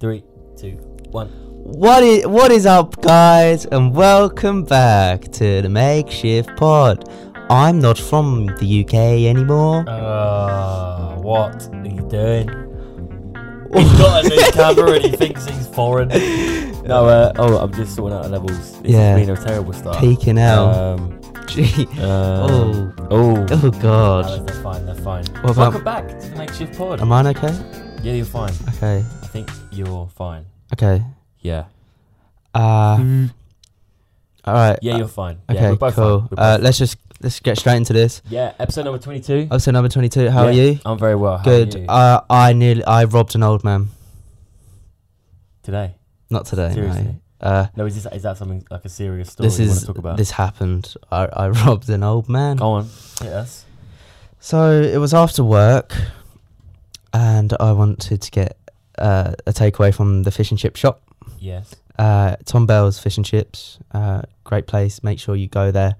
Three, two, one. What is what is up, guys, and welcome back to the makeshift pod. I'm not from the UK anymore. Uh, what are you doing? He's got a new camera and he thinks he's foreign. No, uh, oh, I'm just sorting out the levels. This Yeah. has been a terrible start. Peeking out. Um, Gee. uh, Oh. oh. Oh No, God. they're fine, they're fine. What Welcome about- back to the Makeshift Pod. Am I okay? yeah, you're fine. Okay. I think you're fine. Okay. Yeah. Uh. All right. Hmm. Yeah, uh, you're fine. Okay. yeah, we're both cool. Fine. We're Uh, both let's just let's get straight into this. fine. Yeah, episode number 22. Episode number twenty-two. How Yeah, are you? I'm very well. How are Good. you? Uh, I nearly I robbed an old man. Today. Not today. Seriously? No. Uh, No, is, this, is that something like a serious story this you want is to talk about? Oh. this happened. I, I robbed an old man. Go on. Yes. So it was after work, and I wanted to get uh, a takeaway from the fish and chip shop. Yes. Uh, Tom Bell's Fish and Chips, uh, great place. Make sure you go there.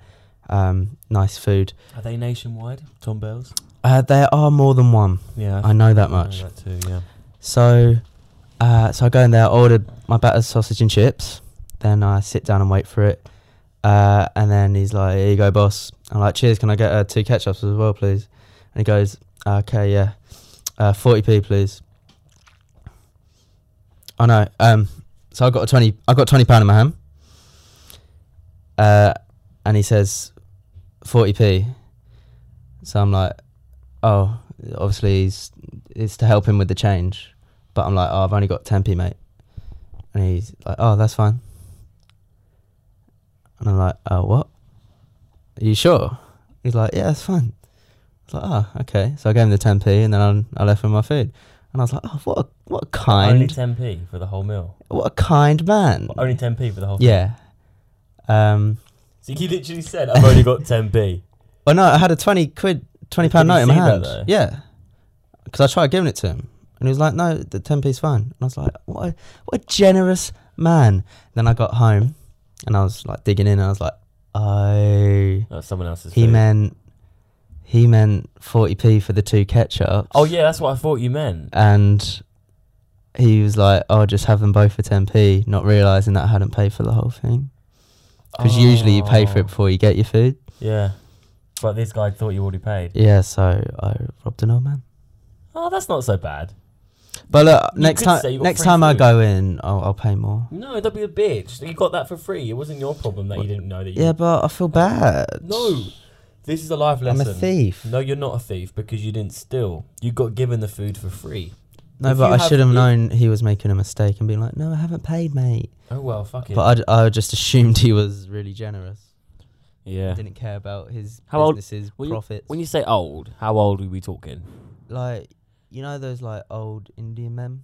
Um, nice food. Are they nationwide? Tom Bells? Uh, there are more than one. Yeah. I know that know much. That too, yeah. So, uh, so I go in there, ordered my battered sausage and chips. Then I sit down and wait for it. Uh, and then he's like, "Here you go, boss." I'm like, "Cheers, can I get uh, two ketchups as well, please?" And he goes, "Okay, yeah, uh, 40p, please." Oh no, um, so I got a twenty. I got twenty pound in my hand. Uh, and he says, 40p. So I'm like, oh, obviously he's it's to help him with the change. But I'm like, oh, I've only got 10p, mate. And he's like, oh, that's fine. And I'm like, oh, what? Are you sure? He's like, yeah, that's fine. I was like, oh, okay. So I gave him the 10p and then I, I left him my food. And I was like, oh, what a, what a Only kind, 10p for the whole meal. what a kind man. Only 10p for the whole Yeah. Um, So he literally said, I've only got 10p. well, no, I had a 20 quid, 20 Did pound he note in my see that hand. though? Yeah. Because I tried giving it to him. And he was like, no, the 10p's fine. And I was like, what a, what a generous man. Then I got home and I was like digging in and I was like, oh, That's someone else's he food. meant, he meant 40p for the two ketchups. Oh, yeah, that's what I thought you meant. And he was like, oh, just have them both for 10p, not realising that I hadn't paid for the whole thing. Because usually you pay for Oh. it before you get your food. Yeah. But this guy thought you already paid. Yeah, so I robbed an old man. Oh, that's not so bad. But look, You next could time, say you got next free time I food. go in, I'll, I'll pay more. No, don't be a bitch. You got that for free. It wasn't your problem that you didn't know that you. Yeah, but I feel bad. No. This is a life I'm lesson. a thief. No, you're not a thief because you didn't steal. You got given the food for free. No, If but you I have- should have if- known he was making a mistake and been like, "No, I haven't paid, mate." Oh well, fuck it. But I, I just assumed he was really generous. yeah. Didn't care about his How old- business's when you- profits. When you say old, how old are we talking? like, you know those like old Indian men,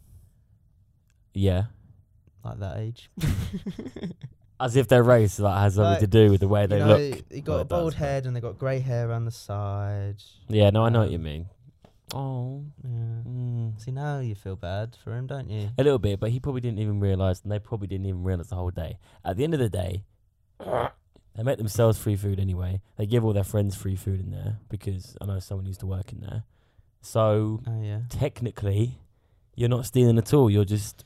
Yeah. like that age. As if their race that has something Like, to do with the way you they know, look. he got like a that, bald so- head and they got grey hair around the side. Yeah, no, I um, know what you mean. Oh, Yeah. mm. See, now you feel bad for him, don't you? a little bit, but he probably didn't even realize, and they probably didn't even realize the whole day. At the end of the day, they make themselves free food anyway. They give all their friends free food in there because I know someone used to work in there. So Oh yeah. technically, you're not stealing at all. You're just,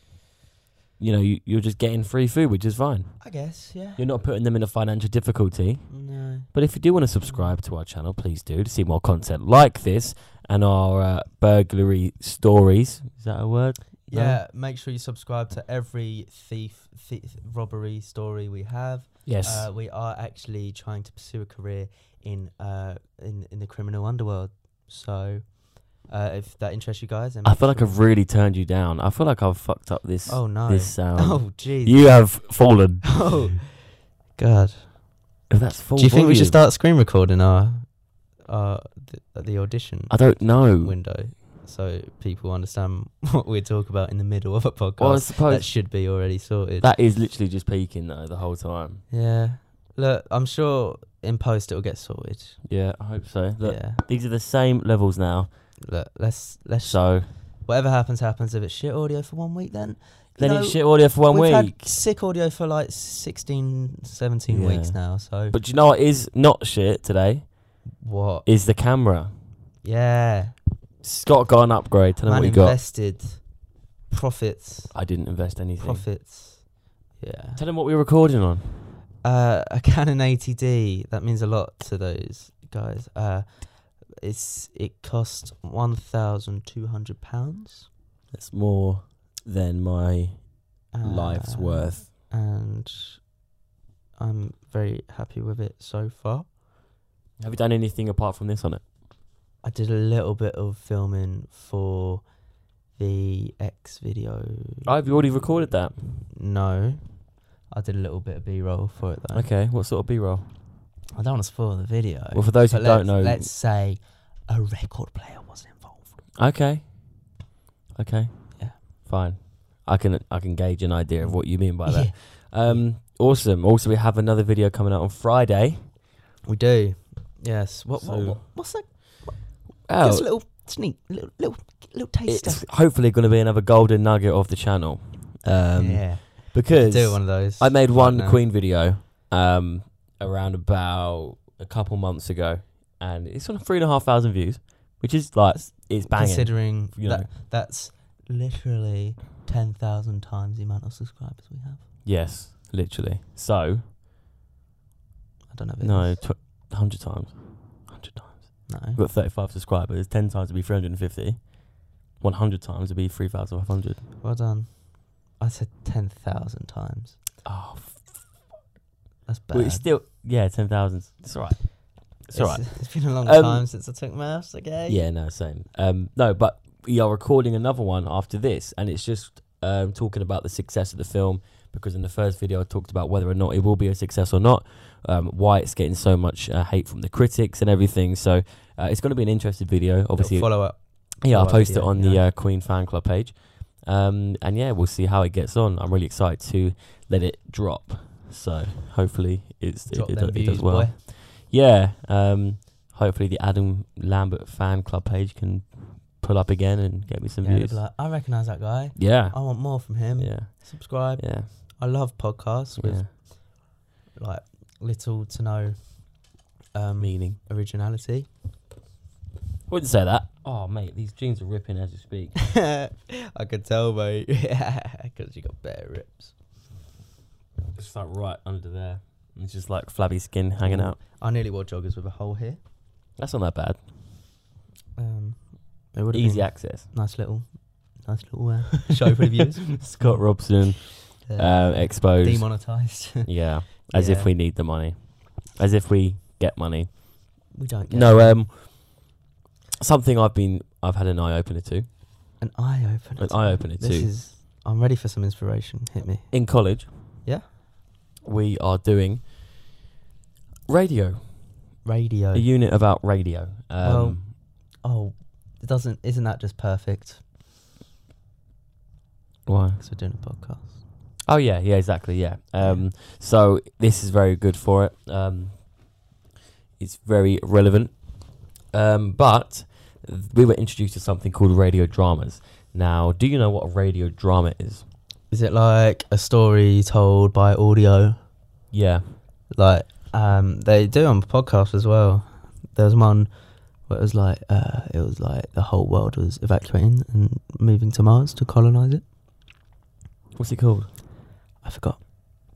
you know, you, you're just getting free food, which is fine. I guess, yeah. You're not putting them in a financial difficulty. No. But if you do want to subscribe to our channel, please do to see more content like this and our uh, burglary stories. Is that a word? No? Yeah, make sure you subscribe to every thief, thief robbery story we have. Yes. Uh, we are actually trying to pursue a career in uh in in the criminal underworld. So, uh, if that interests you guys, then I make feel like sure- I've really turned you down. I feel like I've fucked up this Oh no! this sound. oh jeez! You have fallen. oh God! If that's full Do you think we should volume, start screen recording our uh the, the audition I don't know. window so people understand what we talk about in the middle of a podcast? Well, I that suppose should be already sorted. that is literally just peaking though the whole time. Yeah. Look, I'm sure in post it'll get sorted. Yeah, I hope so. Look, yeah. these are the same levels now. Look, let's let's So whatever happens happens. If it's shit audio for one week, then then you know, it's shit audio for one we've week. had sick audio for like 16, 17 Yeah. weeks now. So But do you know what is not shit today? what? Is the camera. Yeah, Scott got an upgrade. Tell him man what you got. invested. Profits. I didn't invest anything. Profits. Yeah. Tell him what we were recording on. Uh, a Canon 80D. That means a lot to those guys. Uh, it's it cost one thousand two hundred pounds. That's more than my life's Uh, worth. and I'm very happy with it so far. Have you done anything apart from this on it? I did a little bit of filming for the X video. Oh, have you already recorded that? No, I did a little bit of B-roll for it though. Okay, what sort of B-roll? I don't want to spoil the video. Well, for those who but don't let's- know, let's say a record player was involved. okay, okay, Yeah. fine. I can I can gauge an idea of what you mean by Yeah, that. Um, awesome. Also, we have another video coming out on Friday. we do. Yes. What? what, So- what what's that? Oh, Just a little sneak, little little, little taster. it's hopefully going to be another golden nugget of the channel. Um, yeah. because do one of those. I made right one now. Queen video um, around about a couple months ago, and it's on three and a half thousand views, which is like it's banging. Considering you know. that that's literally ten thousand times the amount of subscribers we have. Yes, literally. So I don't know. If it no, is. tw- hundred times, hundred times. no. We've got thirty-five subscribers. Ten times would be three hundred and fifty. One hundred times would be three thousand five hundred. Well done. I said ten thousand times. Oh, That's bad. but it's still yeah, ten thousand. It's alright. It's alright. it's been a long Um, time since I took maths again. Yeah, no, same. Um, no, but we are recording another one after this, and it's just um, talking about the success of the film because in the first video I talked about whether or not it will be a success or not, um, why it's getting so much uh, hate from the critics and everything. So uh, it's going to be an interesting video. Obviously, follow up. yeah, I'll follow-up post it video, on the yeah. uh, Queen fan club page, um, and yeah, we'll see how it gets on. I'm really excited to let it drop. So hopefully it's, it, Drop it, them it views, does well. boy. Yeah. Um, hopefully the Adam Lambert fan club page can pull up again and get me some Yeah, they'll views. be like, I recognise that guy. yeah. I want more from him. Yeah. Subscribe. Yeah. I love podcasts with Yeah. like little to no um, Meaning. originality. Wouldn't say that. Oh mate, these jeans are ripping as you speak. I could tell, mate. because you got bare rips. It's like right under there. It's just like flabby skin hanging out. I nearly wore joggers with a hole here. That's not that bad. Um, it would Easy access. Nice little, nice little uh, show for the views. Scott Robson Uh, uh, exposed. demonetized. Yeah. As Yeah. if we need the money. As if we get money. we don't. Get No, um something I've been I've had an eye opener to. an eye opener. An eye opener This to. is. I'm ready for some inspiration. Hit me. in college. Yeah. We are doing radio, Radio. a unit about radio. Um, Well- oh, it doesn't. Isn't that just perfect? why? Because we're doing a podcast. Oh yeah, yeah, exactly, yeah. Um, so this is very good for it. Um, it's very relevant. Um, but we were introduced to something called radio dramas. Now, do you know what a radio drama is? Is it like a story told by audio? Yeah, Like um, they do on podcasts as well. There was one where it was like uh, it was like the whole world was evacuating and moving to Mars to colonize it. what's it called? I forgot.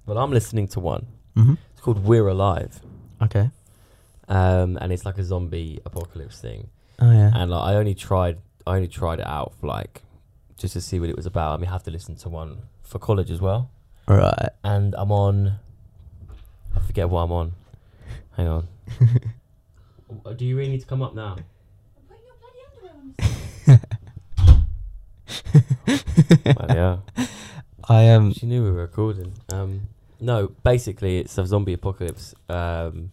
Well, I'm listening to one. Mm-hmm. It's called We're Alive, Okay. um, and it's like a zombie apocalypse thing. Oh yeah. and like I only tried I only tried it out for like just to see what it was about. I mean, I have to listen to one for college as well. right. And I'm on I forget what I'm on. Hang on. Uh, Do you really need to come up now? Bloody hell. I um. She knew we were recording. Um, no, basically, it's a zombie apocalypse um,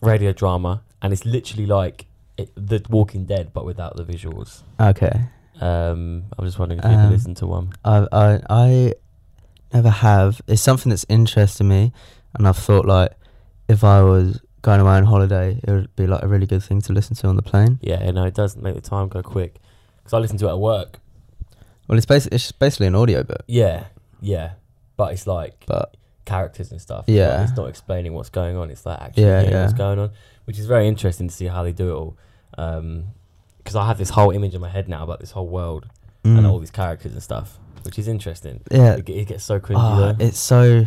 radio drama, and it's literally like it, The Walking Dead, but without the visuals. Okay. Um, I'm just wondering if you can Um, listen to one. I I I never have. It's something that's interested me, and I've thought like if I was going away on holiday, it would be like a really good thing to listen to on the plane. Yeah, you know, it does make the time go quick because I listen to it at work. Well, it's basically it's basically an audio book, Yeah, yeah, but it's like but characters and stuff. It's Yeah. not- it's not explaining what's going on. It's like actually Yeah, hearing what's yeah. going on, which is Um, very interesting to see how they do it all. Because I have this whole image in my head now about this whole world and Mm. all these characters and stuff, which is interesting. yeah. It, ge- it gets so cringy Ah, though. it's so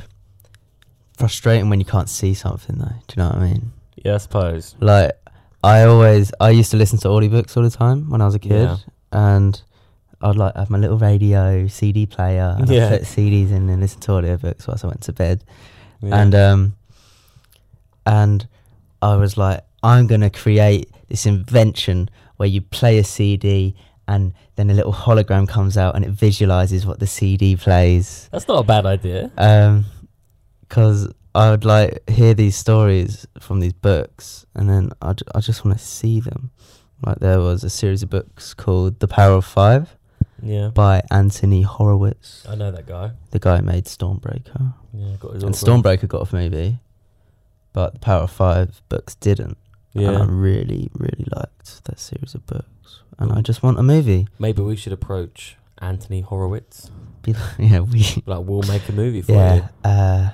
frustrating when you can't see something though. Do you know what I mean? yeah, I suppose. Like I always I used to listen to audiobooks all the time when I was a kid Yeah. and I'd like have my little radio CD player and Yeah. I'd put CDs in and listen to audiobooks whilst I went to bed. Yeah. And um and I was like I'm going to create this invention where you play a CD and then a little hologram comes out and it visualizes what the CD plays that's not a bad idea. um because i would like hear these stories from these books and then i, ju- I just want to see them like there was a series of books called the power of five Yeah, by anthony horowitz I know that guy. the guy who made stormbreaker Yeah, got his and autograph. stormbreaker got a movie but the power of five books didn't and i Yeah, really really liked that series of books and i Cool. just want a movie maybe we should approach Anthony Horowitz. Be like, yeah we Like, we'll make a movie for you. yeah uh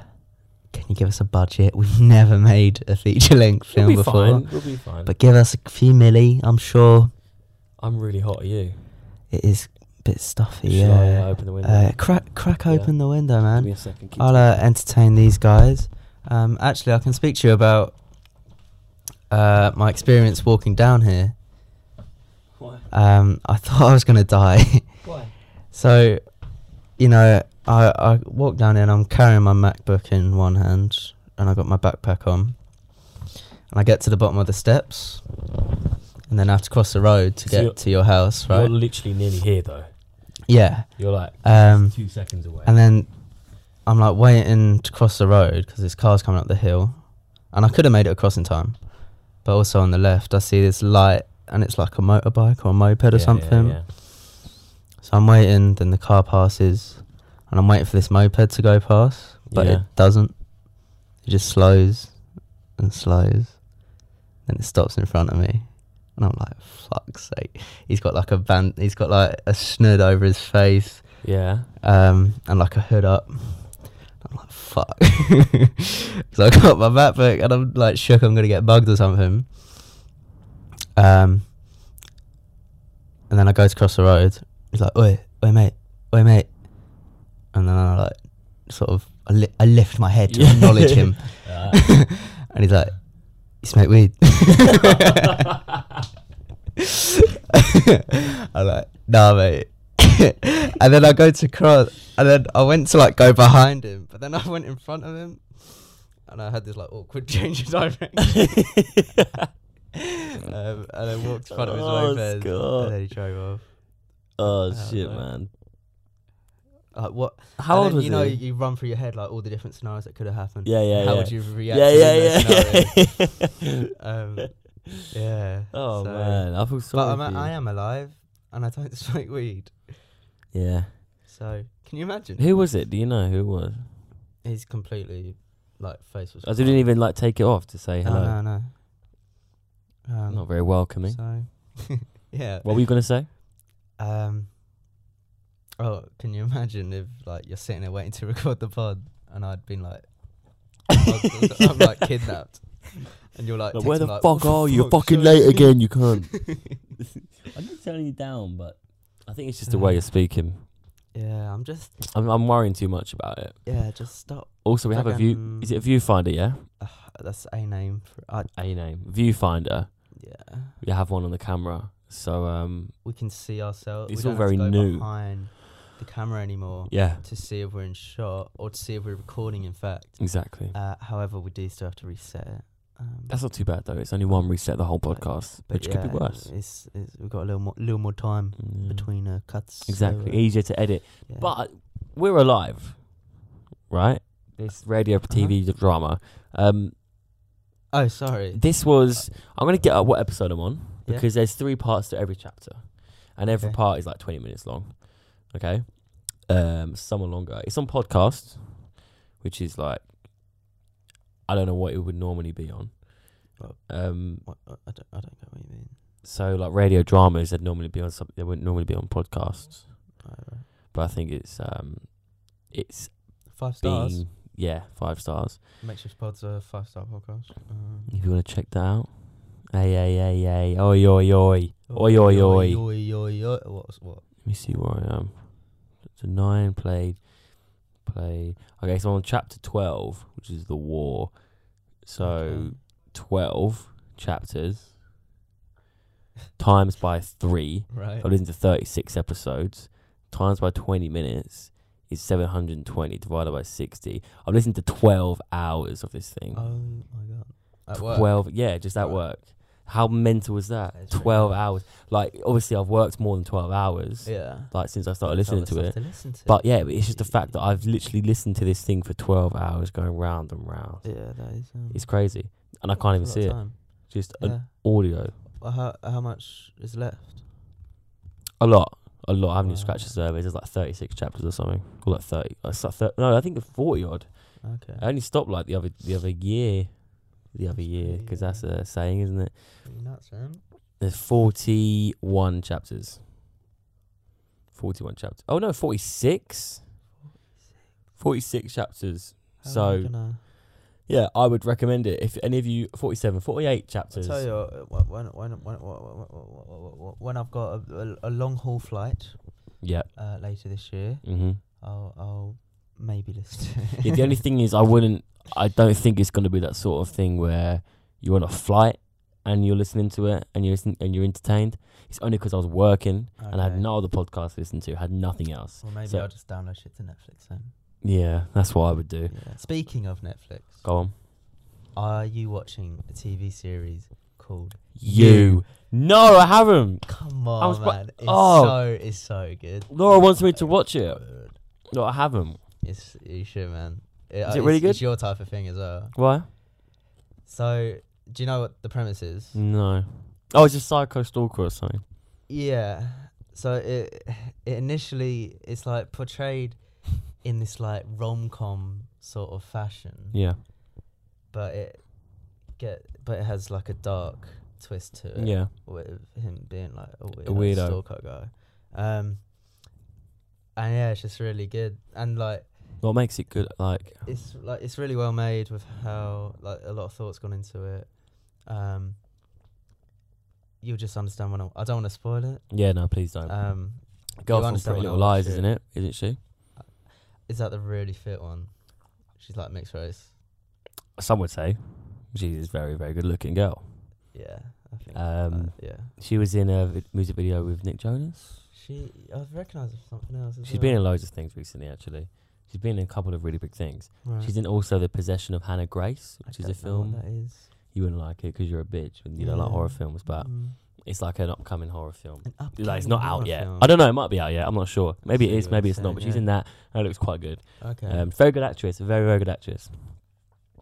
can you give us a budget we've never made a feature-length We'll film be before fine. We'll be fine. But give us a few milli, I'm sure I'm really hot. Are you? it is a bit stuffy. Shall I, uh, Yeah. open the window? Uh, crack crack Yeah. open the window, Give me man. a second. keep I'll uh, entertain these guys. Um, actually, I can speak to you about uh, my experience walking down here. Why? Um, I thought I was gonna die, Why? so you know, I I walk down here and I'm carrying my MacBook in one hand and I got my backpack on, and I get to the bottom of the steps, and then I have to cross the road to So get you're- to your house, right? You're literally nearly here though. Yeah. You're like Um, two seconds away. and then I'm like waiting to cross the road because this car's coming up the hill, and I could have made it across in time, but also on the left I see this light and it's like a motorbike or a moped or Yeah, yeah, something. yeah. So I'm waiting, then the car passes, and I'm waiting for this moped to go past, but Yeah. it doesn't. It just slows and slows, then it stops in front of me, and I'm like, "Fuck's sake!" He's got like a band, he's got like a snood over his face Yeah. um, and like a hood up. I'm like, fuck. so I got my MacBook and I'm like shook I'm gonna get bugged or something. Um, and then I go to cross the road. He's like, oi, oi, mate, oi, mate. And then I like sort of I, li- I lift my head to Yeah. acknowledge him, Uh, and he's like, you smoke weed. I'm like, nah, mate. and then I go to cross, and then I went to like go behind him, but then I went in front of him, and I had this like awkward change of direction. um, and I walked in front of his Oh, moped, God. and then he drove off. oh I shit, don't know. man. Like what? How and old then, was you know? he? You run through your head like all the different scenarios that could have happened. yeah, yeah, How yeah. would you react? yeah, to yeah, those yeah, scenarios? yeah. um, yeah. oh so- man, I feel sorry. But I'm, for you. I am alive, and I don't smoke weed. Yeah. So can you imagine? Who was it? Do you know who it was? He's completely like face was. I didn't even like take it off to say No, Oh, hello. no, no. Um, Not very welcoming. So yeah. What were you gonna say? Um. Oh, can you imagine if like you're sitting there waiting to record the pod, and I'd been like, I'm like kidnapped, and you're like, Like, where the texting, like, fuck "What are you? You're fuck, fucking sorry." late again. You can't. I'm not turning you down, but I think it's just Mm. the way you're speaking. yeah, I'm just I'm, I'm worrying too much about it. yeah, just stop. Also, we have a view. Is it a viewfinder? Yeah, Uh, that's a name for I, a name viewfinder. yeah. We have one on the camera, so um, We can see ourselves. It's we all don't have to very go new. behind the camera anymore. yeah, to see if we're in shot or to see if we're recording. In fact, exactly. uh, however, we do still have to reset it. Um, That's not too bad though. It's only one reset the whole podcast, but which could be yeah, worse. It's, it's we've got a little more little more time Yeah. between uh, cuts. so, exactly, uh, easier to edit. yeah. But we're alive, right? This radio TV Uh-huh. drama. Um, oh, sorry. this was. I'm gonna get up what episode I'm on Yeah. because there's three parts to every chapter, and every Okay. part is like 20 minutes long. Okay, um, some are longer. It's on podcast, which is like I don't know what it would normally be on. Well- Um, What, uh, I I don't I don't know what you mean. so like radio dramas, they'd normally be on something. They wouldn't normally be on podcasts, Oh, right. but I think it's um, it's Five stars. being yeah five stars. Makeshift pods a five star podcast. Um, If you want to check that out, hey hey hey hey, oi oi oi, oi oi oi. oi oi oi. What's what? Let me see where I am. So nine played, played. Okay, so I'm on chapter twelve, which is the war. So Okay. twelve chapters times by three. Right. I've listened to thirty six episodes. Times by twenty minutes is seven hundred and twenty divided by sixty. I've listened to twelve hours of this thing. Oh my god. At work. Twelve, yeah, just at Right. work. How mental was that? That is pretty twelve mad. hours. Like, obviously, I've worked more than twelve hours. Yeah. Like since I started That's listening other to stuff it. listen to. But yeah, but it's just the fact that I've literally listened to this thing for twelve hours, going round and round. yeah, that is. Um, It's crazy, and I can't even see it. Just an Yeah. audio. Well, Uh, how how much is left? A lot, a lot. I haven't even Wow. scratched the survey. There's like thirty-six chapters or something, or like thirty. Or so- thir- no, I think it's forty odd. Okay. I only stopped like the other the other year, the other That's year, pretty, because uh, that's a saying, isn't it? Pretty nuts, man. There's forty-one chapters. Forty-one chapters. Oh no, forty-six. Forty-six chapters. How So- am I gonna- Yeah, I would recommend it. If any of you, 47, 48 I chapters. tell you, uh, wh- when when when when, when I've got a, a, a long haul flight Yeah. uh, later this year, hmm I'll I'll maybe listen. to it. yeah. The only thing is, I wouldn't, I don't think it's going to be that sort of thing where you're on a flight and you're listening to it and you're, listen- and you're entertained. It's only because I was working and I had Okay. no other podcast to listen to, had nothing else. Well, maybe so- I'll just download shit to Netflix then. Yeah, that's what I would do. Yeah. Speaking of Netflix, Go on. are you watching a TV series called? You. No, I haven't. Come I was on, wa- man! It's Oh. so it's so good. Laura wants me to watch it. Good. No, I haven't. It's you should, man. It, it really It's good? your type of thing as well. Why? So, do you know what the premise is? No. Oh, it's just Psycho Stalker or something. Yeah. So it, it initially it's like portrayed in this like rom com sort of fashion, Yeah. but it get but it has like a dark twist to it. Yeah. With him being like a weirdo, weirdo. stalker guy. Um. And yeah, it's just really good. And like What makes it good? Like, it's like it's really well made with how like a lot of thoughts gone into it. Um. You'll just understand when I, I don't want to spoil it. yeah, no, please don't. Um. Girl You from understand Pretty what I Little Lies, watched it. isn't it? Isn't she? Is that the really fit one? She's like mixed race. Some would say she is very, very good looking girl. Yeah, I think. Um, uh, yeah, She was in a vi- music video with Nick Jonas. she. I recognise her from something else. as She's well. been in loads of things recently, actually. She's been in a couple of really big things. Right. She's in also The Possession of Hannah Grace, I which is a don't know what film. That is. You wouldn't like it because you're a bitch and you don't like Yeah. horror films, but Mm. it's like an upcoming horror film. An Like, it's upcoming not horror out yet. film. I don't know. It might be out yet. I'm not sure. Maybe it see is. what Maybe you're it's not. But saying, she's yeah. in that. and It looks quite good. Okay. Um, very good actress. Very, very good actress.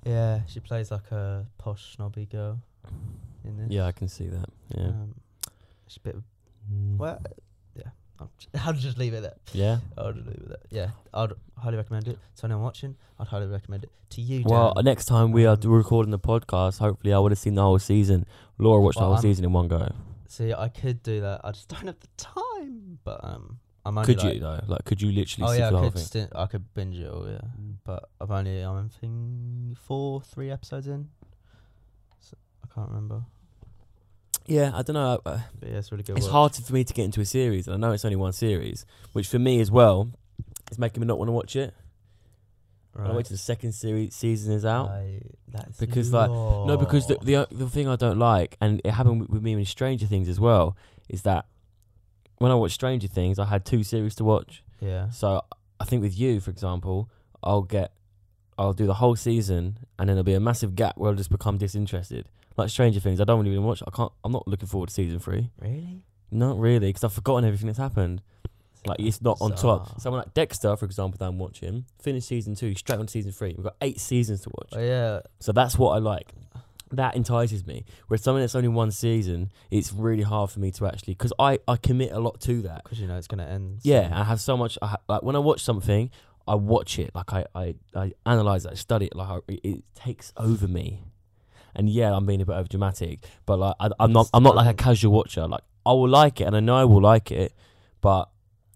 yeah, she plays like a posh snobby girl in this. Yeah, I can see that. Yeah. Um, she's a bit. Of, Mm. well, yeah. I'll j- I'll just leave it there. Yeah. I'll just leave it there. Yeah, I'd highly recommend it. To anyone watching, I'd highly recommend it. To you, Well, Dan. next time we are Um, recording the podcast, hopefully I would have seen the whole season. Laura watched the Well, whole I'm- season in one go. See, I could do that. I just don't have the time. But um, I'm only Could like, you though? Like, could you literally Oh see yeah, the I whole could. thing? St- I could binge it all. Yeah, but I've only I'm on thing four, three episodes in. So I can't remember. Yeah, I don't know. uh, But yeah, it's really good. It's hard watch. for me to get into a series, and I know it's only one series, which for me as well is making me not want to watch it. I wait till the second series season is out. I- that's Because, like, No, because the, lot. the the thing I don't like, and it happened with- with me in Stranger Things as well, is that when I watched Stranger Things, I had two series to watch. yeah, So I think with you, for example, I'll get, I'll do the whole season, and then there'll be a massive gap where I'll just become disinterested. Like Stranger Things, I don't really even watch. I can't. I'm not looking forward to season three. really. Not really, because I've forgotten everything that's happened. Like it's not on top. Bizarre. Someone like Dexter, for example, that I'm watching, finished season two, straight on to season three. We've got eight seasons to watch. Oh, yeah, So that's what I like. That entices me. Whereas something that's only one season, it's really hard for me to actually because I I commit a lot to that. because you know it's gonna end. Yeah, soon. I have so much. I ha- like when I watch something, I watch it. Like I, I, I analyze it, I study it. Like I, it, it takes over me. And yeah, I'm being a bit over dramatic, but like I, I'm not. I'm not like a casual watcher. Like I will like it, and I know I will like it, but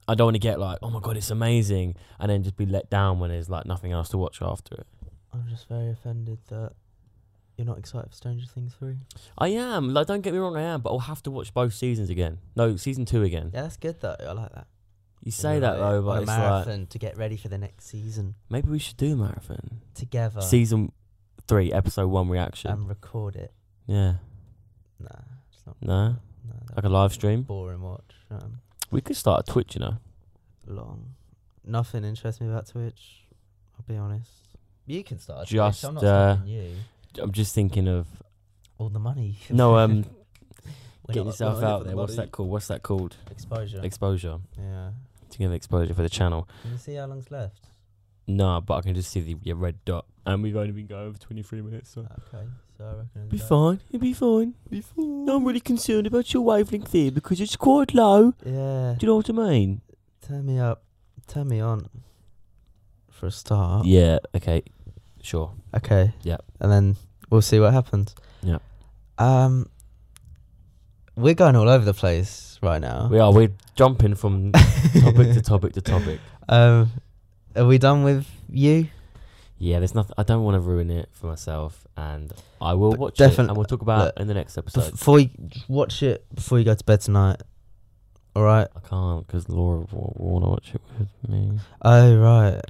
I don't want to get like, oh my god, it's amazing, and then just be let down when there's like nothing else to watch after it. I'm just very offended that you're not excited for Stranger Things three. I am. Like, don't get me wrong, I am, but I'll have to watch both seasons again. No, season two again. Yeah, that's good though. I like that. You say that though, but Or a it's like marathon to get ready for the next season maybe we should do a marathon. together Season three, episode one reaction. and record it. yeah, Nah, it's not. no, No, that like a live stream. boring watch. Um, We could start a Twitch, you know. long. Nothing interests me about Twitch. I'll be honest. You can start. Twitch, I'm Just, I'm not not uh, stopping you. I'm just thinking of All the money. no, um, We're getting not- yourself we're not in it out for there. the What's money. that called? What's that called? Exposure. Exposure. yeah. To give exposure for the channel. Can you see how long's left? No, but I can just see the your red dot, and we've only been going for 23 minutes. So. Okay, so I reckon. it's Be about- fine. It'll be fine. Be fine. No, I'm really concerned about your wavelength there because it's quite low. Yeah. Do you know what I mean? Turn me up. Turn me on. For a start. Yeah. Okay. Sure. Okay. Yep. And then we'll see what happens. Yep. Um. We're going all over the place right now. We are. We're jumping from topic to topic to topic. Um. Are we done with you? Yeah, there's nothing. I don't want to ruin it for myself, and I will But watch it, defin- and we'll talk about look, it in the next episode. Before you watch it, before you go to bed tonight. All right. I can't because Laura will want to watch it with me. Oh right.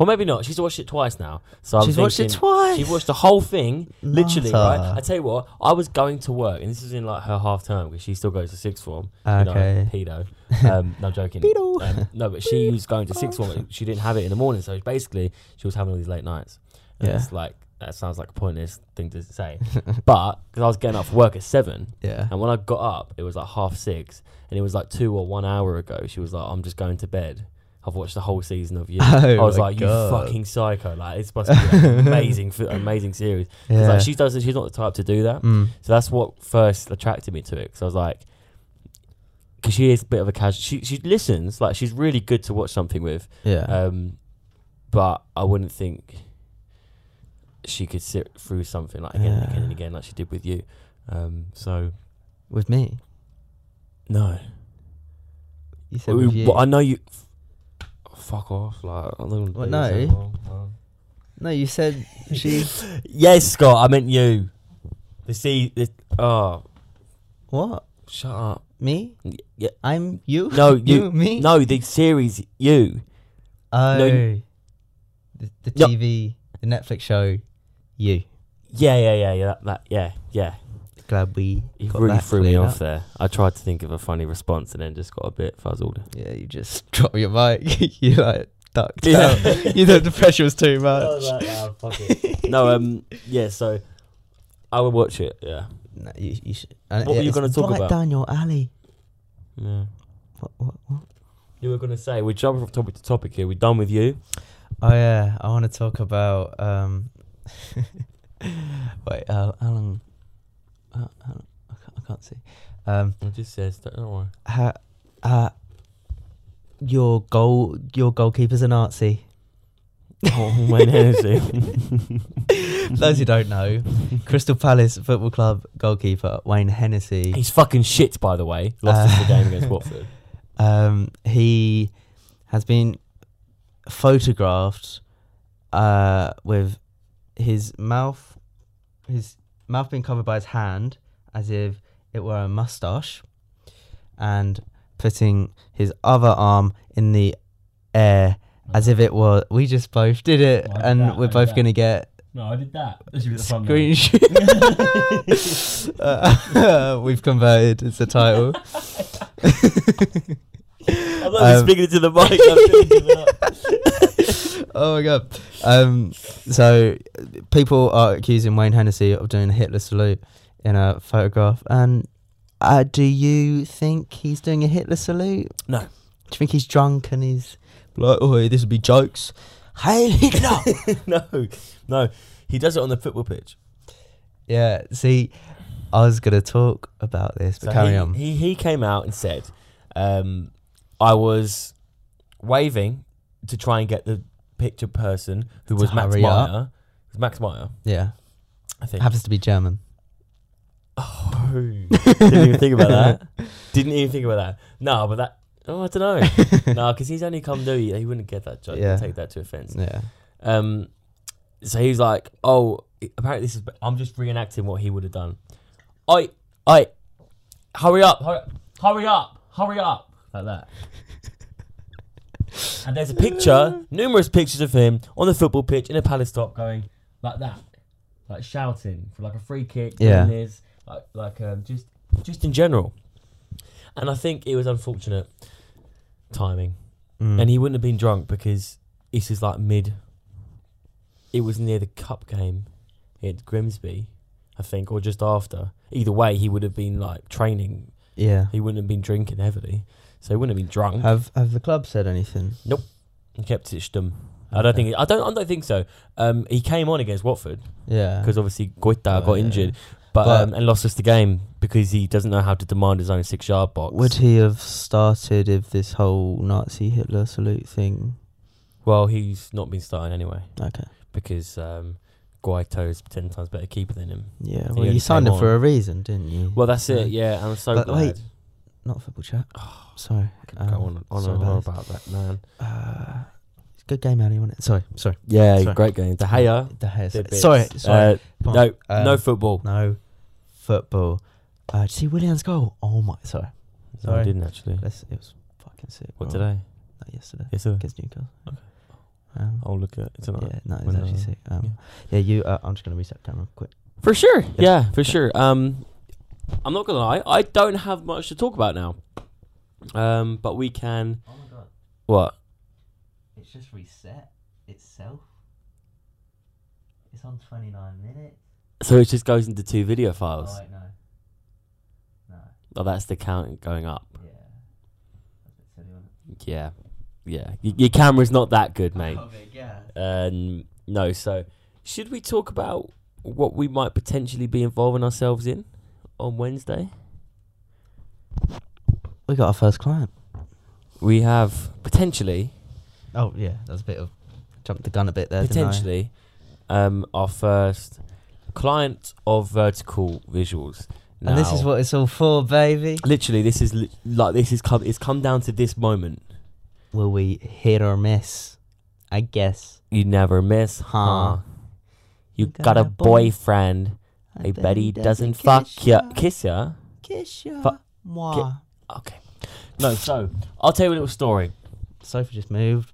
Or maybe not. She's watched it twice now. So I'm She's watched it thinking- twice. She watched the whole thing, literally. Right? Nutter. I tell you what, I was going to work, and this is in like her half term because she still goes to sixth form. You know, Okay. pedo. Um, no I'm joking. Pedo. Um, no, but she was going to sixth form. and She didn't have it in the morning, so basically she was having all these late nights. And Yeah. It's like that sounds like a pointless thing to say, but because I was getting up for work at seven, yeah. and when I got up, it was like half six, and it was like two or one hour ago. She was like, "I'm just going to bed." I've watched the whole season of you. Oh I was my like, God. "You fucking psycho!" Like it's supposed to be an amazing, fi- amazing series. 'Cause, Yeah. Like she doesn't. She's not the type to do that. Mm. So that's what first attracted me to it. Because I was like, because she is a bit of a casual. She she listens. Like she's really good to watch something with. Yeah. Um, but I wouldn't think she could sit through something like again and again and Yeah. again like she did with you. Um, so with me. no. You said Well, with you. I know you. Fuck off! Like I don't What, do no? this anymore. No. no, you said she. Yes, Scott. I meant you. The see the oh What? shut up. Me? Y- Yeah. I'm you? No, you- me? No, the series you. Oh. no, The, the No. TV, the Netflix show, you. Yeah, yeah, yeah, yeah. That, that yeah, yeah. Glad we. You got really that threw me cleared off up. there. I tried to think of a funny response and then just got a bit fuzzled. Yeah, you just dropped your mic. you like ducked Yeah. out. You thought the pressure was too much. no, um, yeah. So I would watch it. Yeah, No, you, you should. and What were you it's gonna talk right about? down your alley. yeah. What, what, what? You were gonna say we're jumping from topic to topic here. We're done with you. Oh yeah, I want to talk about. um Wait, how, how long? How, how long? I, can't, I can't see. Um, I just says that. Don't worry. how, uh, your goal, your goalkeeper's a Nazi. Oh, Wayne Hennessy. Those who don't know, Crystal Palace Football Club goalkeeper Wayne Hennessy. He's fucking shit, by the way. Lost us the game against Watford. Um, he has been photographed uh, with his mouth, his mouth being covered by his hand, as if it were a mustache, and putting his other arm in the air as if it were. We just both did it, Like and that, we're like both that. gonna get No, I did that. That should be the fun one. Screenshot. uh, we've converted. It's the title. I thought I was Um, speaking to the mic. I'm thinking of that. oh my god. Um, so people are accusing Wayne Hennessy of doing a Hitler salute in a photograph, and uh, do you think he's doing a Hitler salute? No. Do you think he's drunk and he's like, oh, this would be jokes? Hey Hitler! no, no. He does it on the football pitch. yeah. See, I was gonna talk about this, but So carry he, on. He he came out and said, um, "I was waving to try and get the picture person who was To Max hurry up. Meyer. It was Max Meyer, yeah, I think. happens to be German. Oh, didn't even think about that. Didn't even think about that. No, but that. Oh, I don't know. no, because he's only come do. He wouldn't get that joke. Yeah. Take that to offence. Yeah. Um, so he's like, "Oh, apparently this is. I'm just reenacting what he would have done. I, I, hurry up, hurry, hurry up, hurry up, like that." And there's a picture, numerous pictures of him on the football pitch in a Palace top going like that, like shouting for like a free kick, Yeah. yeah. doing this, like, like um, just just in general. And I think it was unfortunate timing. Mm. And he wouldn't have been drunk because this is like mid. It was near the cup game at Grimsby, I think, or just after. Either way, he would have been like training. yeah. He wouldn't have been drinking heavily, so he wouldn't have been drunk. Have Have the club said anything? He kept it stum. I don't think. I don't. I don't think so. Um, he came on against Watford Yeah. because obviously Goita Oh, got yeah. injured, but, But- um, and lost us the game because he doesn't know how to demand his own six yard box. Would he have started if this whole Nazi Hitler salute thing? Well, he's not been starting anyway Okay. because um, Guaito is ten times better keeper than him. Yeah. He Well, you only signed came him for a reason, didn't you? Well, that's So- it. Yeah, I'm so But glad. wait, Not a football chat. sorry. Um, Could go on, and- on sorry and about on this. about that man. Uh, it's a good game, Ali, wasn't it? Sorry. Sorry. Yeah, Sorry. great game. De Gea. The hair. did bits. Sorry. Sorry. Uh, Fine. no, Um, no football. No football. Uh, did you see Willian's goal? Oh my. Sorry. No, I sorry. Uh, didn't actually. That's, it was fucking sick. What bro. today? No, yesterday. Yes, sir. Against Newcastle. Okay. Um, I'll look at it tonight. yeah, no, it's Whenever. actually sick. Um, yeah. you. Uh, I'm just gonna reset camera quick. For sure. Yeah, for Yeah. sure. Um, I'm not gonna lie. I don't have much to talk about now. Um, but we can. Oh my god, What? it's just reset itself. It's on 29 minutes. Oh, So it just goes into two video files. wait, no. No. Oh, that's the count going up. Yeah. That's a bit silly, wasn't Yeah, yeah. Y- your camera's not that good, mate. Oh, yeah. Um, no. So, should we talk about what we might potentially be involving ourselves in on Wednesday? We got our first client. We have potentially, Oh yeah, that's a bit of jumped the gun a bit there. potentially, um, our first client of vertical visuals. Didn't I? And this is Now- what it's all for, baby. Literally, this is li- like this is come. It's come down to this moment. Will we hit or miss? I guess. You never miss, huh? Huh. You got, a boyfriend. I bet he doesn't fuck ya, kiss ya. Kiss ya. Fuck- Mwah. Okay. No, so I'll tell you a little story. Sofa just moved.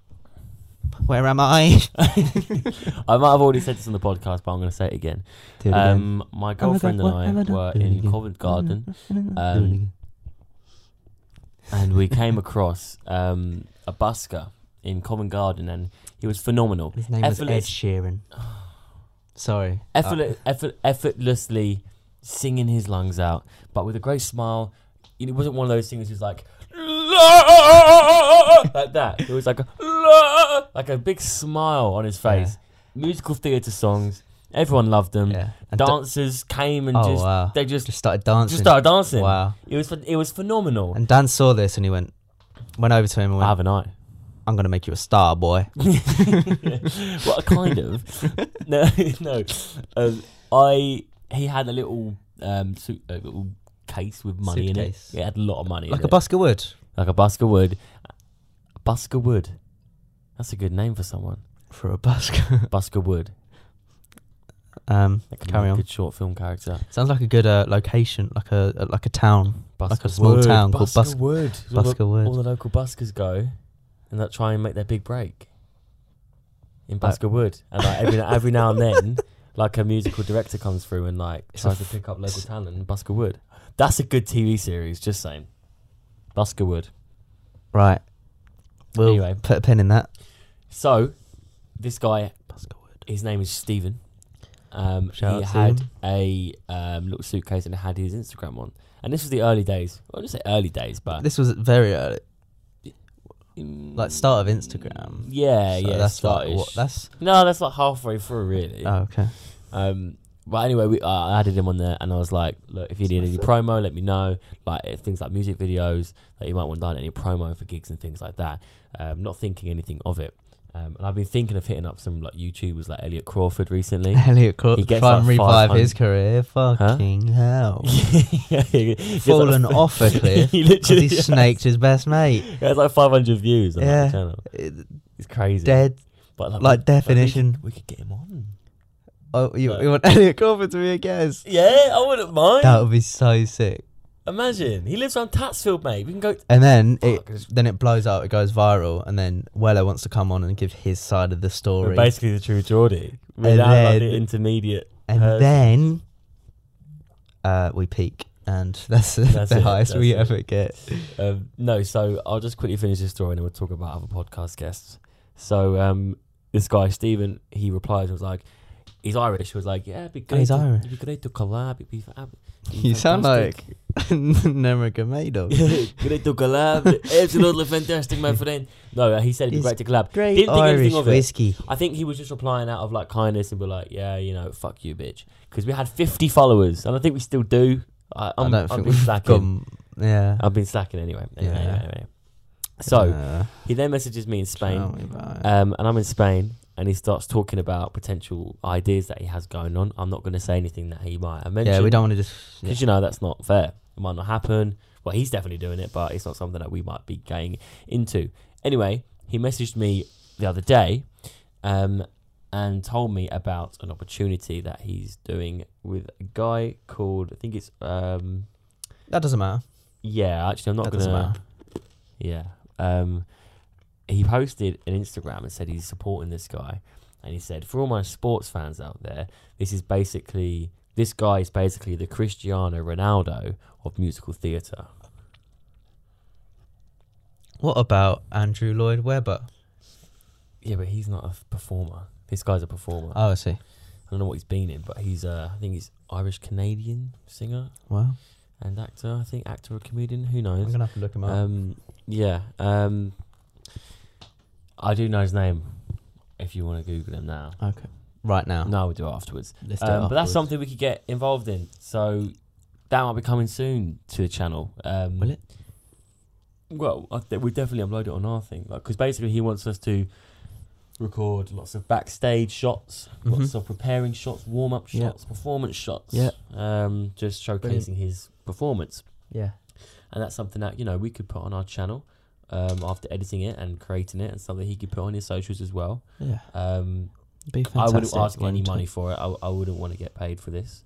Where am I? I might have already said this on the podcast, but I'm going to say it again. Do it again. Um, my girlfriend what have I and I done? were Do it in again. Covent Garden, Do it um, again. and we came across um, a busker in Covent Garden, and he was phenomenal. His name was Ed effortless- Sheeran. Sorry. Uh. Effortless, effort, effortlessly singing his lungs out, but with a great smile. It wasn't one of those singers who's like "La," like that. It was like a "La," like a big smile on his face. Musical theatre songs. Everyone loved them. Uh, yeah. And da- Dancers came and oh just wow. they just Just started dancing. just started dancing. Wow. It was phen- it was phenomenal. And Dan saw this and he went, went over to him and I went, have an eye. "I'm gonna make you a star, boy." well, kind of. no, no. Um, I he had a little um suit, a little case with money Suitcase. in it. It had a lot of money. like in a busker would. it. like a busker would. Busker would. That's a good name for someone. For a busker. Busker would. um, That could Carry be a on. good short film character. sounds like a good uh, location, like a, a like a town, Busker like a small Wood. town called Busker Busk- Wood. All the- Busker Wood. all the local buskers go and that try and make their big break in Like- Busker Wood. And like every every now and then, like a musical director comes through and like It's a tries to f- pick up local it's- talent in Busker Wood. That's a good TV series. Just saying, Busker Wood. Right. We'll Anyway. put a pin in that. So this guy, Buskerwood. his name is Stephen. Um, Shout he out to had him. a um, little suitcase and had his Instagram on. And this was the early days. I wouldn't say early days, but This was very early, like like start of Instagram. Yeah, So yeah. That's like, startish. what, that's no, that's like halfway through, really. oh, okay. Um, but anyway, we, uh, I added him on there, and I was like, "Look, if you need any promo, let me know. Like if things like music videos that you might want done, any promo for gigs and things like that." Um, not thinking anything of it, um, and I've been thinking of hitting up some like YouTubers like Elliot Crawford recently. Elliot Cook He gets try and like revive 500. his career. Fucking hell. He's Fallen like, off a cliff he 'cause he literally snaked his best mate. He has like 500 views on like, Yeah. the channel. It- It's crazy. Dead, but like, like we- but we- definition. we could get him on. Oh, you, Uh, you want Elliot Crawford to be a guest? Yeah, I wouldn't mind. That would be so sick. Imagine he lives on Tatsfield, mate. We can go. And then Fuck, it it's- then it blows out, it goes viral, and then Weller wants to come on and give his side of the We're story. basically the true Geordie. We're And now like then- the intermediate. and person. then uh, we peak, and that's, That's the it, highest we that's it. ever get. Um, no, so I'll just quickly finish this story and then we'll talk about other podcast guests. So um, this guy Stephen, he replies and was like, "He's Irish." He was like, "Yeah, it'd be great. Oh, he's to, Irish. It'd be great to collab. It'd be, fab- it'd be You sound fantastic." like Nurmagomedov. great to collab. Absolutely fantastic, my friend. No, uh, he said it'd be He's great to collab. Great Didn't think anything Irish of it. whiskey. I think he was just replying out of like kindness and be like, "Yeah, you know, fuck you, bitch," because we had 50 followers, and I think we still do. I, I I'm, I am don't i think have been we've slacking. gone- Yeah. I've been slacking anyway. Anyway, Yeah. anyway, anyway. So Uh, he then messages me in tell Spain, me about it. um, and I'm in Spain, and he starts talking about potential ideas that he has going on. I'm not going to say anything that he might have mentioned. yeah, we don't want to just. Because, you know, that's not fair. It might not happen. Well, he's definitely doing it, but it's not something that we might be going into. Anyway, he messaged me the other day um, and told me about an opportunity that he's doing with a guy called, I think it's, um, That doesn't matter. yeah, actually, I'm not That going doesn't to. matter. Yeah. Um, he posted an Instagram and said he's supporting this guy. And he said, for all my sports fans out there, this is basically, this guy is basically the Cristiano Ronaldo of musical theatre. What about Andrew Lloyd Webber? Yeah, but he's not a f- performer. This guy's a performer. I Oh, I see. don't know what he's been in, but he's, uh, I think he's Irish Canadian singer Well, and actor. I think actor or comedian, who I'm knows? gonna have to look him up. Um, yeah. Um, I do know his name. If you want to Google him now, right now. no, we'll do it afterwards. Let's do it Um, but that's afterwards. something we could get involved in. So that might be coming soon to the channel. Um, Will it? Well, I th- we definitely upload it on our thing because basically he wants us to record lots of backstage shots, lots Mhm. of preparing shots, warm up Yeah. shots, performance shots. Yeah. Um, just showcasing Brilliant. his performance Yeah. and that's something that you know we could put on our channel um, after editing it and creating it, and something he could put on his socials as well. Yeah. Um, Be I fantastic. wouldn't ask any wouldn't money it? for it. I, I wouldn't want to get paid for this.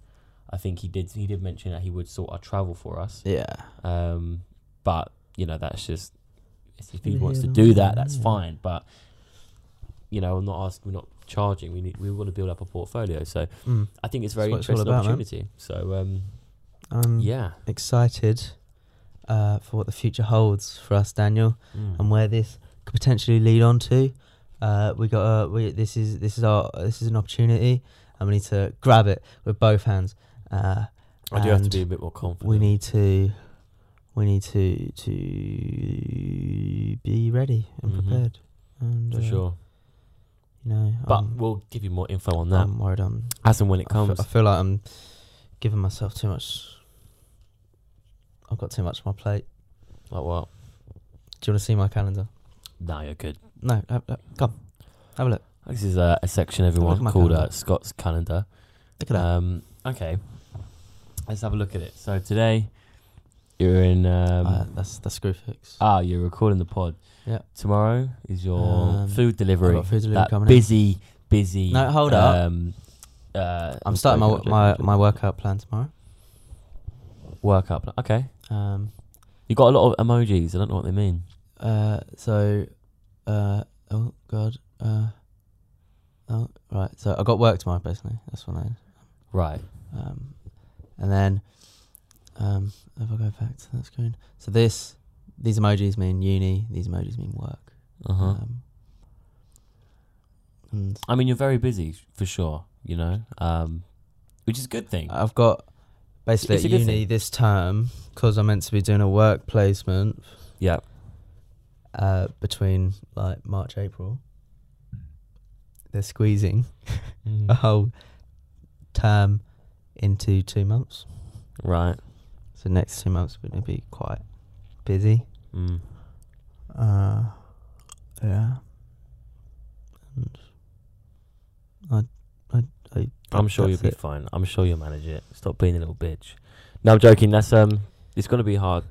I think he did. He did mention that he would sort our travel for us. Yeah. Um, but you know that's just if he Yeah, wants to that's do that, that's fine, yeah. fine. But you know, I'm not asking. We're not charging. We need. We want to build up a portfolio. So Mm. I think it's a very That's what it's all interesting about, man. opportunity. So um, I'm yeah. excited uh, for what the future holds for us, Daniel, Mm. and where this could potentially lead on to. Uh, we got. Uh, we this is this is our this is an opportunity, and we need to grab it with both hands. Uh, I do have to and be a bit more confident. we need to we need to to be ready and Mhm. prepared and for uh, sure. you know But I'm, we'll give you more info on that I'm worried I'm as and when it um, I feel, comes. I feel like I'm giving myself too much I've got too much on my plate Like what? do you want to see my calendar No, you're good. no have, have, come have a look This is uh, a section everyone at my called uh, calendar. Scott's calendar. look at that Um, okay, let's have a look at it. So today you're in. Um, uh, that's that's screw fix ah, you're recording the pod. Yeah. Tomorrow is your Um, food I've delivery. got food delivery that coming in. busy, busy. No, hold up. Um, uh, I'm starting my joking, I'm my joking, my I'm workout plan tomorrow joking. work up. Okay, um you got a lot of emojis. I don't know what they mean. Uh, so, uh, oh god, uh, oh right. So I got work tomorrow, basically. That's what I. Right. Um, and then, um, if I go back to that screen, so this, these emojis mean uni. These emojis mean work. Uh huh. Um, and I mean, you're very busy for sure. You know, um, which is a good thing. I've got basically It's at a good uni thing. this term because I'm meant to be doing a work placement. yeah. Uh, between like March, April. They're squeezing. a whole term into two months. Right. So next two months are going to be quite busy. Mm. Uh, yeah. And I, I, I I'm sure you'll that's be it. fine. I'm sure you'll manage it. Stop being a little bitch. No, I'm joking. That's um, it's gonna be hard.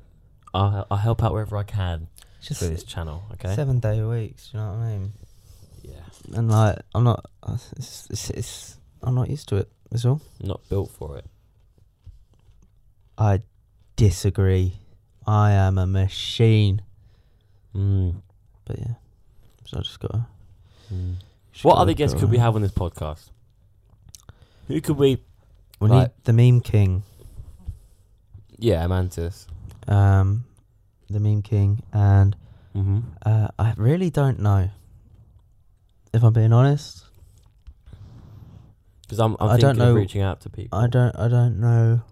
I'll, I'll help out wherever I can Just through this channel. Okay. seven day weeks. Do you know what I mean? Yeah. And like, I'm not. uh, It's, it's, it's, I'm not used to it. That's all. Not built for it. I disagree. I am a machine. Mm. But yeah, so I just got. Mm. What other guests could we have on this podcast? Who could we? We Like- need the meme king. Yeah, Amantis. Um, the meme king, and Mm-hmm. uh, I really don't know. If I'm being honest, Because I'm, I'm I don't thinking of know- reaching out to people. I don't. I don't know.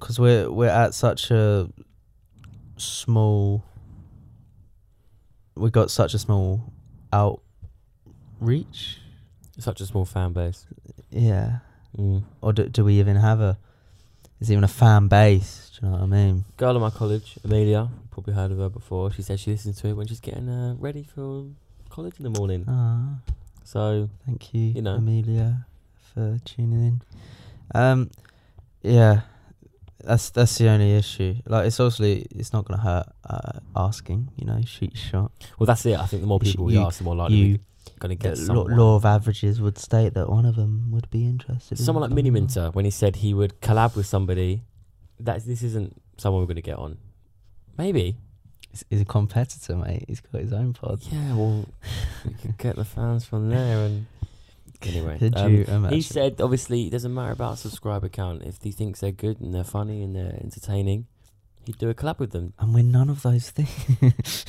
Cause we're we're at such a small. We got such a small outreach. Such a small fan base. Yeah. Mm. Or do, do we even have a? Is it even a fan base? Do you know what I mean? Girl at my college, Amelia. you Probably heard of her before. She said she listens to it when she's getting uh, ready for college in the morning. Ah, So thank you, You know. Amelia, for tuning in. Um, yeah, that's that's the only issue. Like, it's obviously it's not gonna hurt uh, asking. You know, shoot your shot. Well, that's it. I think the more You sh- people we you- ask, the more likely we're you going to the get law, someone. law of averages would state that one of them would be interested. in someone like coming Mini on. Minter, when he said he would collab with somebody, that this isn't someone we're going to get on. Maybe. He's- He's a competitor, mate. He's got his own pod. Yeah, well, we could get the fans from there. And anyway, Could um, you imagine? he said obviously it doesn't matter about subscriber count if he thinks they're good and they're funny and they're entertaining. He'd do a collab with them. and we're none of those things.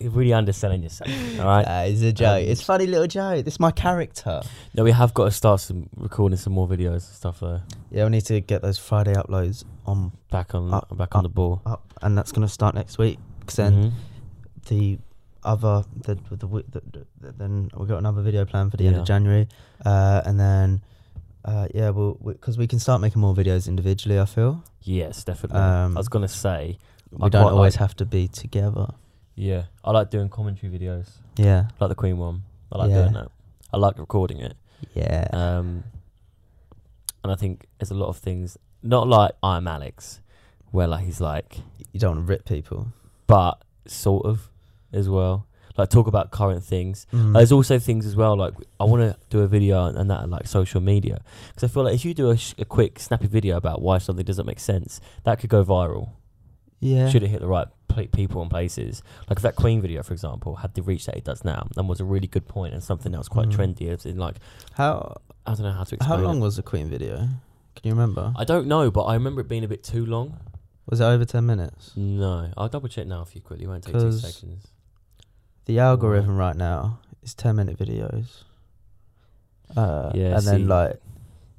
You're really underselling yourself. All right. Um, Nah, it's a joke. it's a funny little joke. It's my character. No, we have got to start some recording some more videos and stuff though. Yeah, we need to get those Friday uploads on Back on, Up, back on up, the ball. up, and that's gonna start next week. 'cause then Mhm. the other the the, the, the, the then we got another video planned for the end Yeah. of January, uh, and then uh, yeah, well, because we can start making more videos individually. I feel. Yes, definitely. Um, I was gonna say, we I don't quite always like- have to be together. yeah, I like doing commentary videos, Yeah, like the Queen one. I like Yeah. doing that. I like recording it. yeah. Um, and I think there's a lot of things, not like I'm Alex, where like he's like, you don't want to rip people. but sort of as well. Like talk about current things. Mm. There's also things as well. Like I want to do a video and that like social media because I feel like if you do a, sh- a quick snappy video about why something doesn't make sense, that could go viral. yeah, should have hit the right pla people and places. Like if that Queen video, for example, had the reach that it does now, and was a really good point and something that was quite Mm. trendy. It's in like how I don't know how to explain. how long It. was the Queen video? Can you remember? I don't know, but I remember it being a bit too long. Was it over ten minutes? No, I'll double check now if you quickly. It won't take two 'Cause- seconds. The algorithm right now is ten minute videos. Uh, Yeah, and see. then like,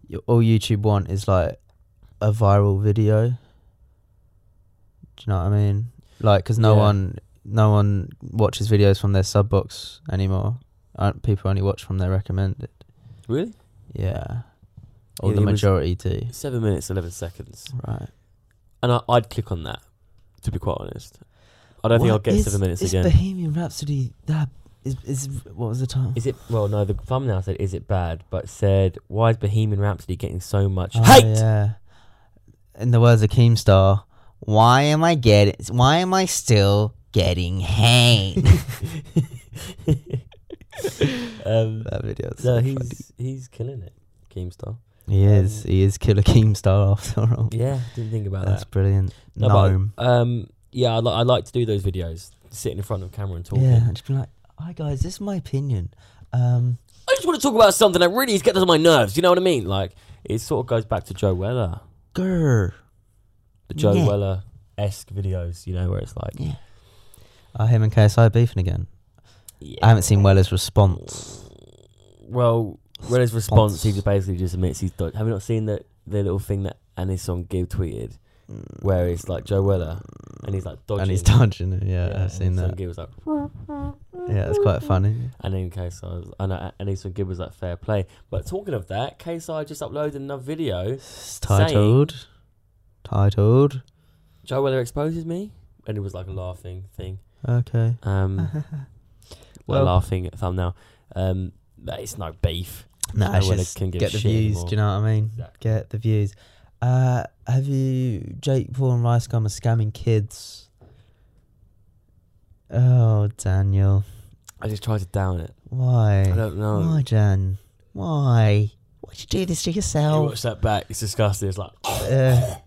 you- all YouTube want is like a viral video. Do you know what I mean? Like, because no Yeah. one no one watches videos from their sub box anymore. Uh, people only watch from their recommended. Really? Yeah, or Yeah, the it was- majority do. Seven minutes eleven seconds, Right. and I, I'd click on that. To be quite honest, I don't think I'll What get is- seven minutes is again. Bohemian Rhapsody that is is what was the time? is it well? No, the thumbnail said, "Is it bad?" But said, "Why is Bohemian Rhapsody getting so much Oh, hate?" Yeah. In the words of Keemstar, why am I getting? Why am I still getting hate? Um, that video. Is No, so he's funny. he's killing it, Keemstar. he is he is Killer Keemstar after all. Yeah, didn't think about That's that. brilliant. No, No, but- Um, yeah, I, li- I like to do those videos, sitting in front of a camera and talking. yeah, and just be like, hi guys, this is my opinion. Um, I just want to talk about something that really is getting on my nerves. You know what I mean? Like it sort of goes back to Joe Weller, grr. the Joe Yeah. Weller esque videos. You know where it's like, Yeah. Are him and KSI beefing again? yeah. I haven't seen Weller's response. well, Weller's response, he Response. just basically just admits he's dodged. Have you not seen that the little thing that Anis on Gibb tweeted, where it's like Joe Weller and he's like dodging. and he's dodging it. Yeah, Yeah, I've seen and Aniston that. Gibb was like, Yeah, it's quite funny. And in case I was, and, I, and Eastman Gibb was like, fair play. But talking of that, case I just uploaded another video. It's titled. Titled. Joe Weller exposes me, and it was like a laughing thing. Okay. Um, well, Uh-huh. Well- laughing thumbnail. Um, but it's no beef. No, Joe it's Weller just can give get the shit views. anymore. Do you know what I mean? Exactly. Get the views. Uh, have you Jake Paul and Rice Gum are scamming kids? Oh, Daniel, I just tried to down it. I why? don't know. Why, Jan? Why? Why'd you do this to You yourself? watch that back. It's disgusting. It's like Yeah.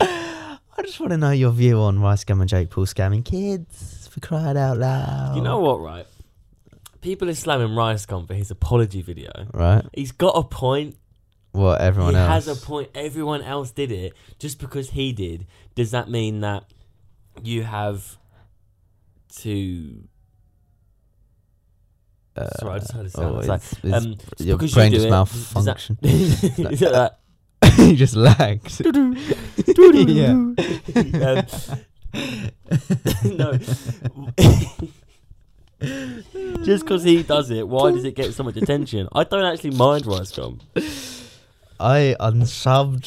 I just want to know your view on Rice Gum and Jake Paul scamming kids for crying out loud. You know what, right? People are slamming Rice Gum for his apology video. Right? He's got a point. What everyone he else. has a point. Everyone else did it. Just because he did, does that mean that you have to? Uh, Sorry, I just heard a sound. oh, It's like, it's, it's, um, your because you brain do just it, does that- malfunctioned. Is that that? you just lagged. yeah. Um, no. Just because he does it, why does it get so much attention? I don't actually mind Rice Gum. I unsubbed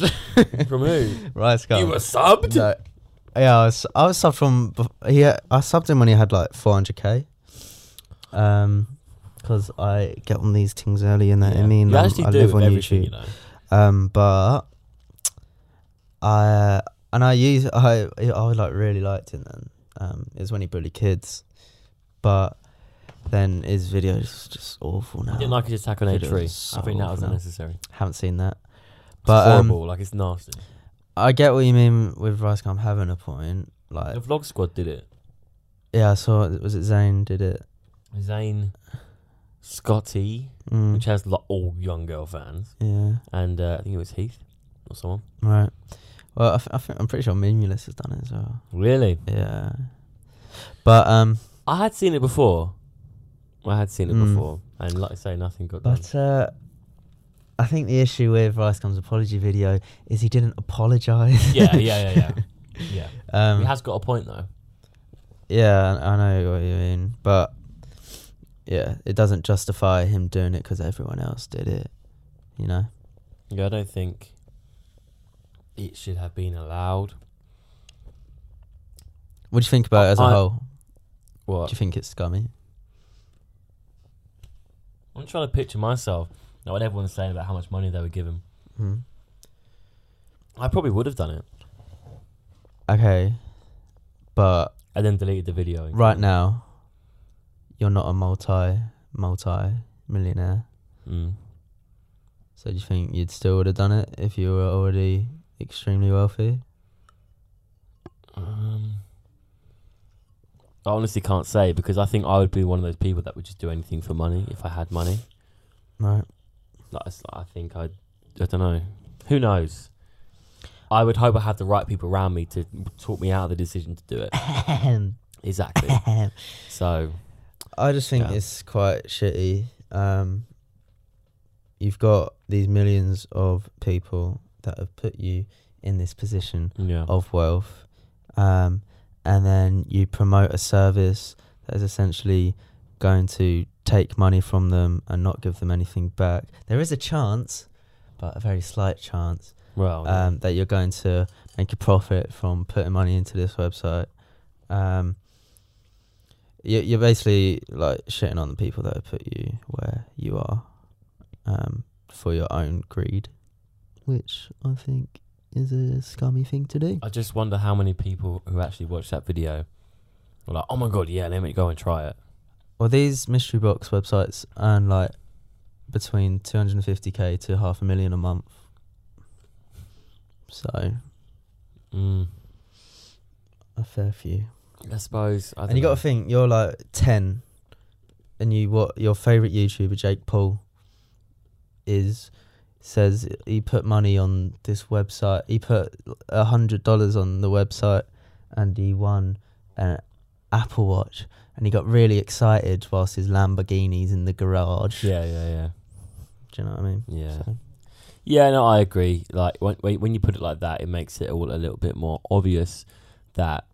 From who? Rice Gum. subbed? No. Yeah, I was, I was subbed from. bef- He, I subbed him when he had like 400k. Um, because I get on these things early, you know what I mean? You Um, actually I do live with on everything, YouTube. you know. Um, but I and I use I I like really liked him then. Um, it was when he bullied kids, but then his videos is just awful now. I didn't like his attack on Video's A3. I so think that was awful. unnecessary. Haven't seen that, But, but um, horrible, like it's nasty. I get what you mean with Rice Gum having a point. Like, The Vlog Squad did it. yeah, I saw it. Was it Zane did it? Zane, Scotty, Mm, which has like, all young girl fans, yeah, and uh, I think it was Heath or someone. right. Well, I, th- I think I'm pretty sure Mimulus has done it as well. Really? Yeah, but um, I had seen it before. I had seen it Mm. before, and like I say, nothing got done. But uh, I think the issue with Rice Gum's apology video is he didn't apologise. yeah, yeah, yeah, yeah, yeah. Um, he has got a point though. yeah, I I know what you mean, but yeah, it doesn't justify him doing it because everyone else did it. You know? Yeah, I don't think it should have been allowed. What do you think about it as a I- whole? Do What? you think it's scummy? I'm trying to picture myself. Now, what everyone's saying about how much money they were given, Hmm. I probably would have done it, Okay, but and then deleted the video. right now, you're not a multi multi millionaire. Mm. So do you think you'd still would have done it if you were already extremely wealthy? Um, I honestly can't say because I think I would be one of those people that would just do anything for money if I had money. Right. Like, it's like, I think I, I don't know. Who knows? I would hope I had the right people around me to talk me out of the decision to do it. Exactly. so I just think Yeah. it's quite shitty. Um, you've got these millions of people that have put you in this position yeah, of wealth, um, and then you promote a service that is essentially going to take money from them and not give them anything back. There is a chance, but a very slight chance, well, Oh, yeah. um, that you're going to make a profit from putting money into this website. Um, you, you're basically like shitting on the people that have put you where you are um, for your own greed, which I think is a scummy thing to do. I just wonder how many people who actually watched that video were like, "Oh my god, yeah, let me go and try it." Well, these mystery box websites earn like between 250k to half a million a month. So Mm. a fair few. I suppose. I and you dunno. got to think you're like 10 and you what your favorite youtuber jake paul is says he put money on this website he put a hundred dollars on the website and he won an apple watch and he got really excited whilst his lamborghini's in the garage Yeah, yeah, yeah, do you know what i mean yeah. So- Yeah, no, I agree. Like when when when you put it like that, it makes it all a little bit more obvious that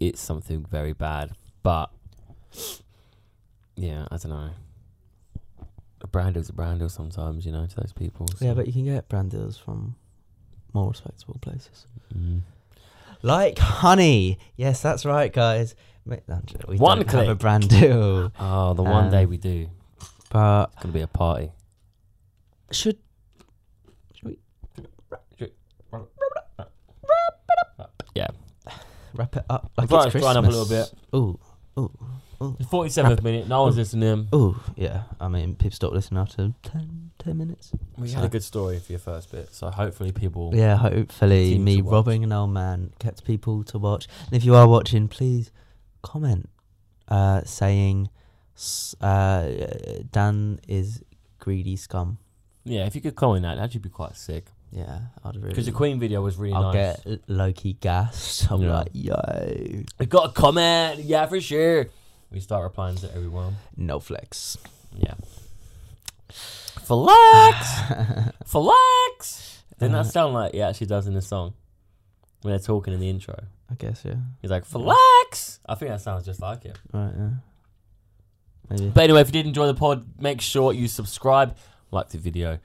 it's something very bad. But yeah, I don't know. A brand deal's a brand deal sometimes, you know, to those people. yeah so- but you can get brand deals from more respectable places Mm. like honey yes that's right guys Ma- no, we One don't have a click. brand deal Oh, the one Um, day we do, But it's gonna be a party. should Yeah. wrap it up like Right, drying it's Christmas. up a little Ooh, ooh, ooh, Forty seventh minute. No one's Oh. listening to him. ooh. Yeah, I mean, people stop listening after 10, 10 minutes. We had a good story for your first bit, so hopefully people. Yeah, hopefully Continue me to watch. robbing an old man kept people to watch. And if you are watching, please comment uh, saying s- uh, Dan is greedy scum. Yeah, if you could comment that, that'd be quite sick. Yeah, I'd really. Because the Queen video was really I'll nice. get Loki gassed. I'm Yeah. like, yo, We got a comment. Yeah, for sure. We start replying to everyone. no flex. Yeah. Flex! Flex! Didn't that sound like it actually does in the song? When they're talking in the intro. I guess yeah. He's like, Flex! I think that sounds just like it. Right, yeah. Maybe. But anyway, if you did enjoy the pod, make sure you subscribe, like the video,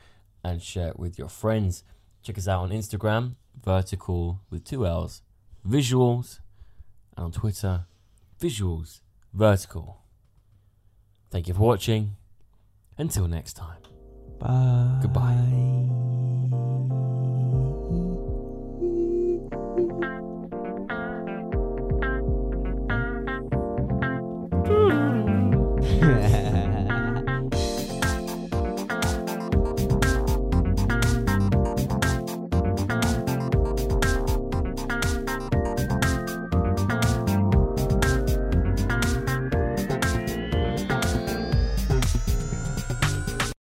and share it with your friends. Check us out on Instagram, vertical with two L's, visuals, and on Twitter, visuals, vertical. Thank you for watching. Until next time. Bye. Goodbye. Goodbye.